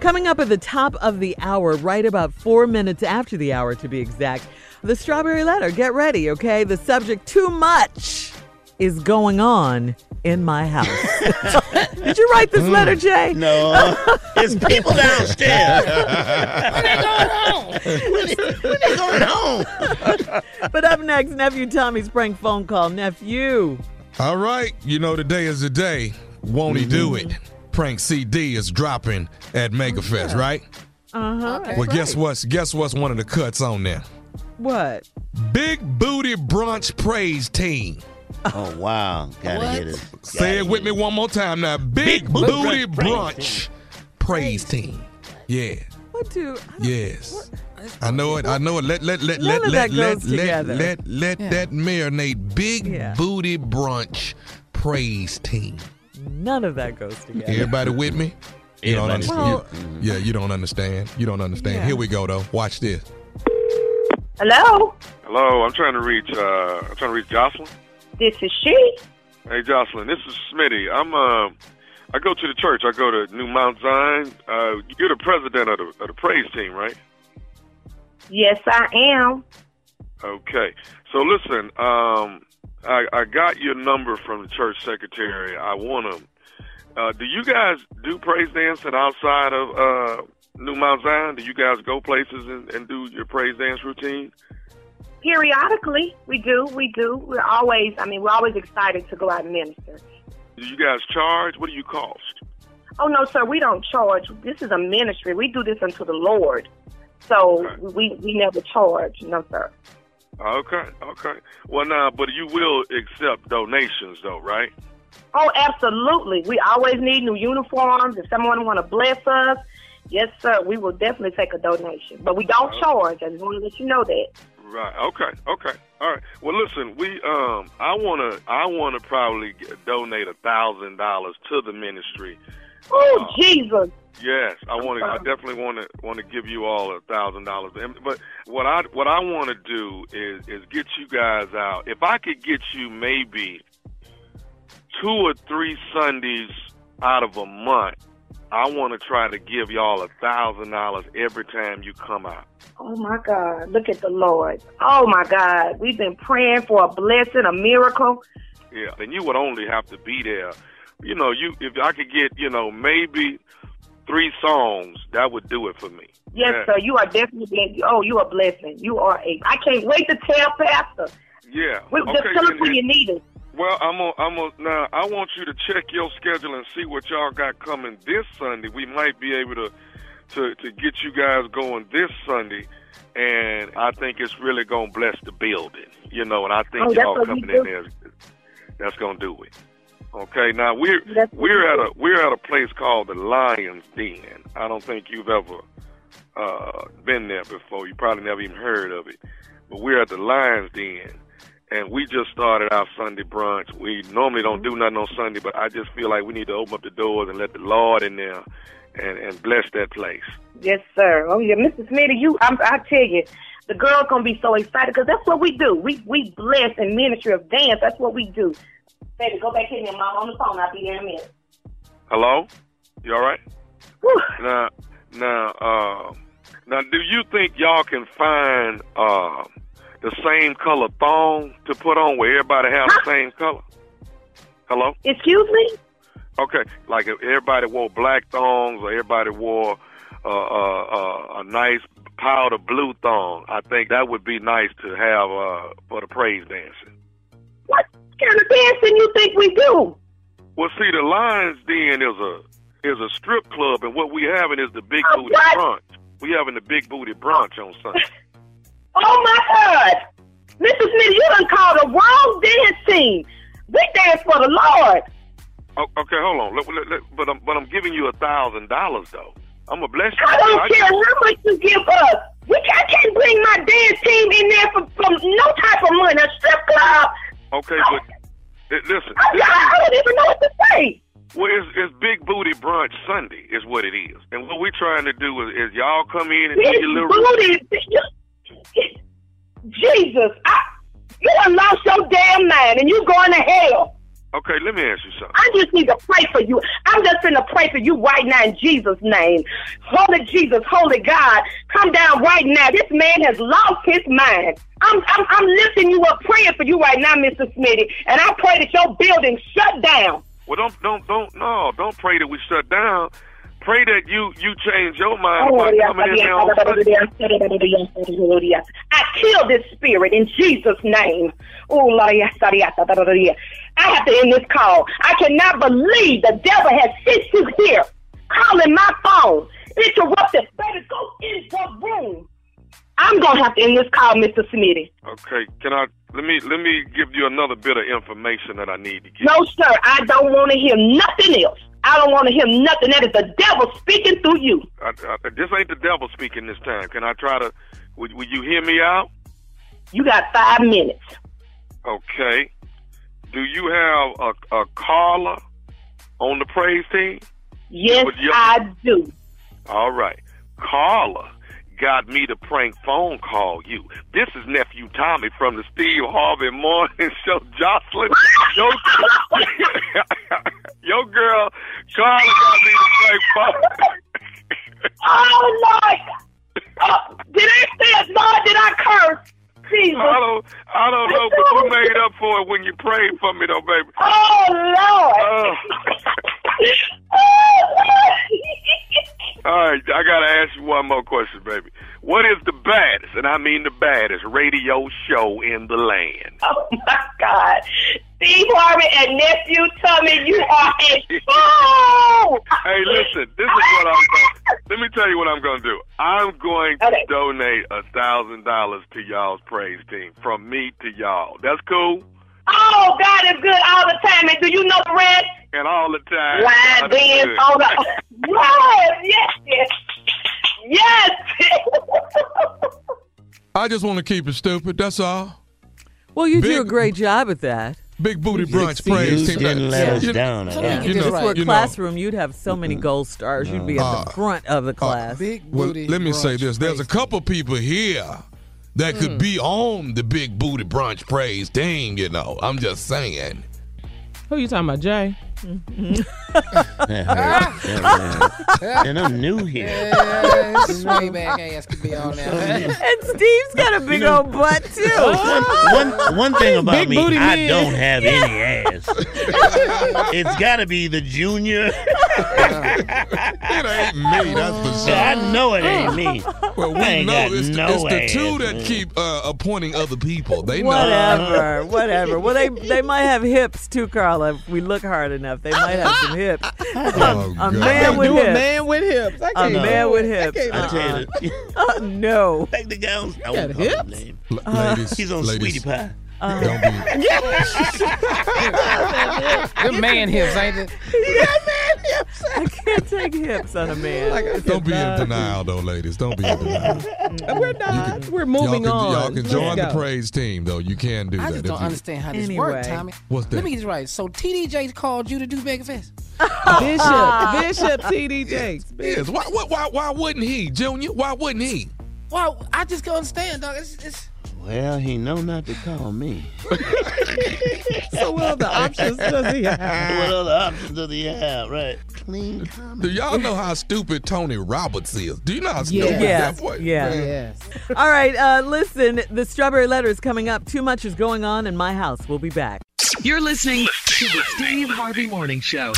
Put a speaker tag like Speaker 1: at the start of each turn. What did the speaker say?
Speaker 1: Coming up at the top of the hour, right about four minutes after the hour to be exact, the strawberry letter. Get ready, okay? The subject too much is going on in my house. Did you write this letter,
Speaker 2: Hmm.
Speaker 1: Jay?
Speaker 3: No, it's people downstairs. when they going home?
Speaker 1: But up next, nephew Tommy's prank phone call. Nephew.
Speaker 2: All right, you know today is the day. Won't he do it? Prank CD is dropping at MegaFest, right?
Speaker 1: Uh huh.
Speaker 2: well, guess what's guess what's one of the cuts on there?
Speaker 1: What?
Speaker 2: Big Booty Brunch Praise Team.
Speaker 3: Oh wow, gotta
Speaker 4: What?
Speaker 3: hit it.
Speaker 2: Say it with me one more time now. Big,
Speaker 3: Booty
Speaker 2: Booty
Speaker 3: Brunch
Speaker 2: Brunch Praise Team. Yeah.
Speaker 1: What do? I don't-
Speaker 2: Yes. I know it. I know it. Let let let
Speaker 1: None
Speaker 2: let
Speaker 1: of that
Speaker 2: let
Speaker 1: goes
Speaker 2: let let
Speaker 1: together.
Speaker 2: let let that marinate. Big
Speaker 1: Yeah.
Speaker 2: Booty Brunch Praise Team.
Speaker 1: None of that goes together.
Speaker 2: Everybody with me? You don't
Speaker 3: Everybody's
Speaker 2: understand. yeah, you don't understand. You don't understand.
Speaker 1: Yeah.
Speaker 2: Here we go though. Watch this.
Speaker 5: Hello,
Speaker 6: Hello, I'm trying to reach. Uh, I'm trying to reach Jocelyn.
Speaker 5: this is she.
Speaker 6: Hey, Jocelyn, this is Smitty. I'm. Uh, I go to the church. I go to New Mount Zion. Uh, you're the president of the, of the praise team, right?
Speaker 5: Yes, I am.
Speaker 6: Okay. So listen, um, I, I got your number from the church secretary. I want to. Uh, do you guys do praise dancing outside of uh, New Mount Zion? Do you guys go places and, and do your praise dance routine?
Speaker 5: Periodically, we do, we do. We're always, I mean, we're always excited to go out and minister.
Speaker 6: Do you guys charge? What do you cost?
Speaker 5: Oh no, sir, we don't charge. This is a ministry. We do this unto the Lord, so
Speaker 6: Okay.
Speaker 5: we we never charge. No, sir.
Speaker 6: Okay, okay. Well, now, but you will accept donations, though, right?
Speaker 5: Oh, absolutely. We always need new uniforms. If someone want to bless us, yes, sir, we will definitely take a donation. But we don't charge. I just want to let you know that.
Speaker 6: Right. Okay. Okay. All right. Well, listen, we um, I wanna, I wanna probably g donate a thousand dollars to the ministry.
Speaker 5: Oh,
Speaker 6: Uh,
Speaker 5: Jesus.
Speaker 6: Yes, I want to. I definitely want to want to give you all a thousand dollars. And- But what I what I want to do is is get you guys out. If I could get you maybe two or three Sundays out of a month, I want to try to give y'all a thousand dollars every time you come out.
Speaker 5: Oh my God, look at the Lord. Oh my God, we've been praying for a blessing, a miracle.
Speaker 6: Yeah, and you would only have to be there. You know, you if I could get you know maybe three songs, that would do it for me.
Speaker 5: Yes,
Speaker 6: Yeah.
Speaker 5: sir, you are definitely, blessed. oh, you are a blessing. You are a, I can't wait to tell Pastor.
Speaker 6: Yeah.
Speaker 5: We, just
Speaker 6: Okay,
Speaker 5: tell us
Speaker 6: and-
Speaker 5: when
Speaker 6: and-
Speaker 5: you need us.
Speaker 6: Well, I'm on. I'm on. Now, I want you to check your schedule and see what y'all got coming this Sunday. We might be able to to to get you guys going this Sunday, and I think it's really gonna bless the building, you know. And I think
Speaker 5: Oh, that's
Speaker 6: y'all
Speaker 5: what we
Speaker 6: coming
Speaker 5: do.
Speaker 6: in there, that's gonna do it. Okay, now we're
Speaker 5: That's what
Speaker 6: we're
Speaker 5: we
Speaker 6: at
Speaker 5: do.
Speaker 6: a we're at a place called the Lions Den. I don't think you've ever uh, been there before. You probably never even heard of it. But we're at the Lions Den, and we just started our Sunday brunch. We normally don't do nothing on Sunday, but I just feel like we need to open up the doors and let the Lord in there and, and bless that place.
Speaker 5: Yes, sir. Oh yeah, Mrs. Smitty, you, I'm, I tell you, the girls gonna be so excited because that's what we do. We we bless in ministry of dance. That's what we do. Baby, go back in there, mom. On the phone, I'll be there in a minute.
Speaker 6: Hello? You all right?
Speaker 5: Whew.
Speaker 6: Now, now, uh, now, do you think y'all can find uh, the same color thong to put on where everybody have the same color? Hello?
Speaker 5: Excuse me.
Speaker 6: Okay, like if everybody wore black thongs or everybody wore uh, uh, uh, a nice powder blue thong, I think that would be nice to have uh, for the praise dancing.
Speaker 5: What kind of dancing you think we do?
Speaker 6: Well, see, the Lions Den is a is a strip club, and what we having is the Big
Speaker 5: Oh,
Speaker 6: Booty
Speaker 5: what?
Speaker 6: Brunch. We having the Big Booty Brunch on Sunday.
Speaker 5: Oh my God! Mrs. Smith, you done called the wrong dance team. We dance for the Lord.
Speaker 6: O- okay, hold on. Let, let, let- but I'm but I'm giving you a thousand dollars though. I'm gonna bless you.
Speaker 5: I
Speaker 6: I-
Speaker 5: don't care how much you give us. We, I can't bring my dance team in there for, for no type of money. A strip club.
Speaker 6: Okay, but eh, listen.
Speaker 5: I, I don't even know what to say.
Speaker 6: Well, it's, it's Big Booty Brunch Sunday is what it is. And what we're trying to do is, is y'all come in and do
Speaker 5: This
Speaker 6: your little...
Speaker 5: booty, you, Jesus, I, you done lost your damn mind and you going to hell.
Speaker 6: Okay, let me ask you something.
Speaker 5: I just need to pray for you. I'm just going to pray for you right now in Jesus' name. Holy Jesus, holy God, come down right now. This man has lost his mind. I'm, I'm, I'm lifting you up, praying for you right now, Mr. Smitty, and I pray that your building shut down.
Speaker 6: Well, don't, don't, don't, no, don't pray that we shut down. Pray that you you change your mind about coming in there on Sunday.
Speaker 5: I kill this spirit in Jesus' name. Oh, Lord, yes, Lord, yes, Lord, Lord, Lord, yes. I have to end this call. I cannot believe the devil has sent you here, calling my phone, interrupted. Baby, go in the room. I'm gonna have to end this call, Mr. Smitty.
Speaker 6: Okay, can I let me let me give you another bit of information that I need to get.
Speaker 5: No, sir, I don't want to hear nothing else. I don't want to hear nothing. That is the devil speaking through you.
Speaker 6: I, I, this ain't the devil speaking this time. Can I try to? Would, would you hear me out?
Speaker 5: You got five minutes.
Speaker 6: Okay. Do you have a, a caller on the praise team?
Speaker 5: Yes,
Speaker 6: Would you-
Speaker 5: I do.
Speaker 6: All right. Carla got me to prank phone call you. This is nephew Tommy from the Steve Harvey Morning Show. Jocelyn, your, your girl Carla got me to prank phone.
Speaker 5: Oh Lord! Oh, did I say it? Lord? Did I curse? Jesus!
Speaker 6: I don't, I don't know, but you made up for it when you prayed for me, though, baby.
Speaker 5: Oh Lord!
Speaker 6: Uh,
Speaker 5: Oh,
Speaker 6: all right, I gotta ask you one more question, baby. What is the baddest, and I mean the baddest, radio show in the land?
Speaker 5: Lord. oh my God! Steve Harvey and nephew Tommy, you are a fool.
Speaker 6: Hey, listen, this is what I'm going to Let me tell you what I'm going to do. I'm going to
Speaker 5: Okay.
Speaker 6: donate a $1,000 to y'all's praise team from me to y'all. That's cool?
Speaker 5: Oh, God is good all the time. And do you know the rest?
Speaker 6: And all the time.
Speaker 5: Live
Speaker 6: God is
Speaker 5: being
Speaker 6: good.
Speaker 5: on the yes, yes, yes, yes.
Speaker 2: I just want to keep it stupid. That's all.
Speaker 1: Well, you do
Speaker 2: Big-
Speaker 1: a great job at that.
Speaker 2: Big booty brunch
Speaker 3: You
Speaker 2: praise team.
Speaker 3: didn't let us
Speaker 2: You-
Speaker 3: down. at
Speaker 1: If
Speaker 3: all.
Speaker 1: you
Speaker 2: You
Speaker 1: just
Speaker 2: know-
Speaker 1: were
Speaker 2: you
Speaker 1: a
Speaker 2: know- Ah.
Speaker 1: classroom, you'd have so many gold stars. You'd be at the front of the class.
Speaker 4: Big
Speaker 2: Well,
Speaker 4: booty.
Speaker 2: let me say
Speaker 4: brunch
Speaker 2: this. There's a
Speaker 4: crazy.
Speaker 2: couple people here that
Speaker 1: Hmm.
Speaker 2: could be on the big booty brunch praise team, you know. I'm just saying.
Speaker 7: Who you talking about, Jay?
Speaker 3: That hurt. That hurt. and I'm new here.
Speaker 4: Yeah, his swing back ass could be on there.
Speaker 1: And Steve's got a big
Speaker 3: know-
Speaker 1: old butt too.
Speaker 2: Oh,
Speaker 3: One, one, one thing about
Speaker 7: big
Speaker 3: me,
Speaker 7: booty
Speaker 3: I
Speaker 7: man.
Speaker 3: don't have any ass. it's got to be the junior.
Speaker 2: It ain't me, that's for sure.
Speaker 3: I know it ain't me.
Speaker 2: Well,
Speaker 3: I
Speaker 2: we
Speaker 3: ain't
Speaker 2: know
Speaker 3: got
Speaker 2: it's, the-
Speaker 3: no
Speaker 2: it's the two
Speaker 3: ass,
Speaker 2: that
Speaker 3: man.
Speaker 2: keep uh, appointing other people. They know.
Speaker 1: Whatever, whatever. Well, they they might have hips too, Carla. If we look hard enough, they might have some hips.
Speaker 2: Oh,
Speaker 1: A
Speaker 2: God.
Speaker 1: man with
Speaker 7: do a
Speaker 1: hips.
Speaker 7: man with hips. I
Speaker 1: A
Speaker 7: can't
Speaker 1: man
Speaker 7: do
Speaker 1: with
Speaker 7: it. I
Speaker 1: hips.
Speaker 7: can't do
Speaker 3: I
Speaker 7: it.
Speaker 3: tell you, the-
Speaker 1: Uh, no.
Speaker 3: like the guy on, I
Speaker 7: got
Speaker 3: won't call his
Speaker 7: hips.
Speaker 3: name.
Speaker 2: L- ladies,
Speaker 3: He's on
Speaker 2: ladies,
Speaker 3: Sweetie Pie.
Speaker 2: Don't
Speaker 1: Uh,
Speaker 2: be.
Speaker 4: Them man hips, ain't it?
Speaker 1: I can't take hips on a man.
Speaker 7: Like I said,
Speaker 2: Don't be in
Speaker 7: nah,
Speaker 2: denial, though, ladies. Don't be in denial.
Speaker 7: We're not. We're
Speaker 2: Y'all
Speaker 7: moving
Speaker 2: can,
Speaker 7: on.
Speaker 2: y'all can
Speaker 7: Let's
Speaker 2: join the
Speaker 7: go.
Speaker 2: praise team, though. You can do
Speaker 4: I
Speaker 2: that.
Speaker 4: just
Speaker 2: if
Speaker 4: don't
Speaker 2: you-
Speaker 4: understand how this
Speaker 1: Anyway.
Speaker 4: works, Tommy.
Speaker 2: What's that?
Speaker 4: Let me get this right. So TDJ called you to do Mega Fest.
Speaker 7: Bishop, Bishop, TD Jakes. Bishop.
Speaker 2: Yes. Why, why, why, why wouldn't he, Junior? Why wouldn't he?
Speaker 4: Wow, I just can't understand, dog. It's, it's,
Speaker 3: Well, he know not to call me.
Speaker 7: So what other options does he have?
Speaker 3: What other options does he have? Right. Clean comedy.
Speaker 2: Do y'all know how stupid Tony Roberts is? Do you know how stupid
Speaker 1: Yeah,
Speaker 2: that was?
Speaker 1: yeah.
Speaker 7: Yes.
Speaker 1: All right, uh, listen, the Strawberry Letter is coming up. Too much is going on in my house. We'll be back.
Speaker 8: You're listening to the Steve Harvey Morning Show.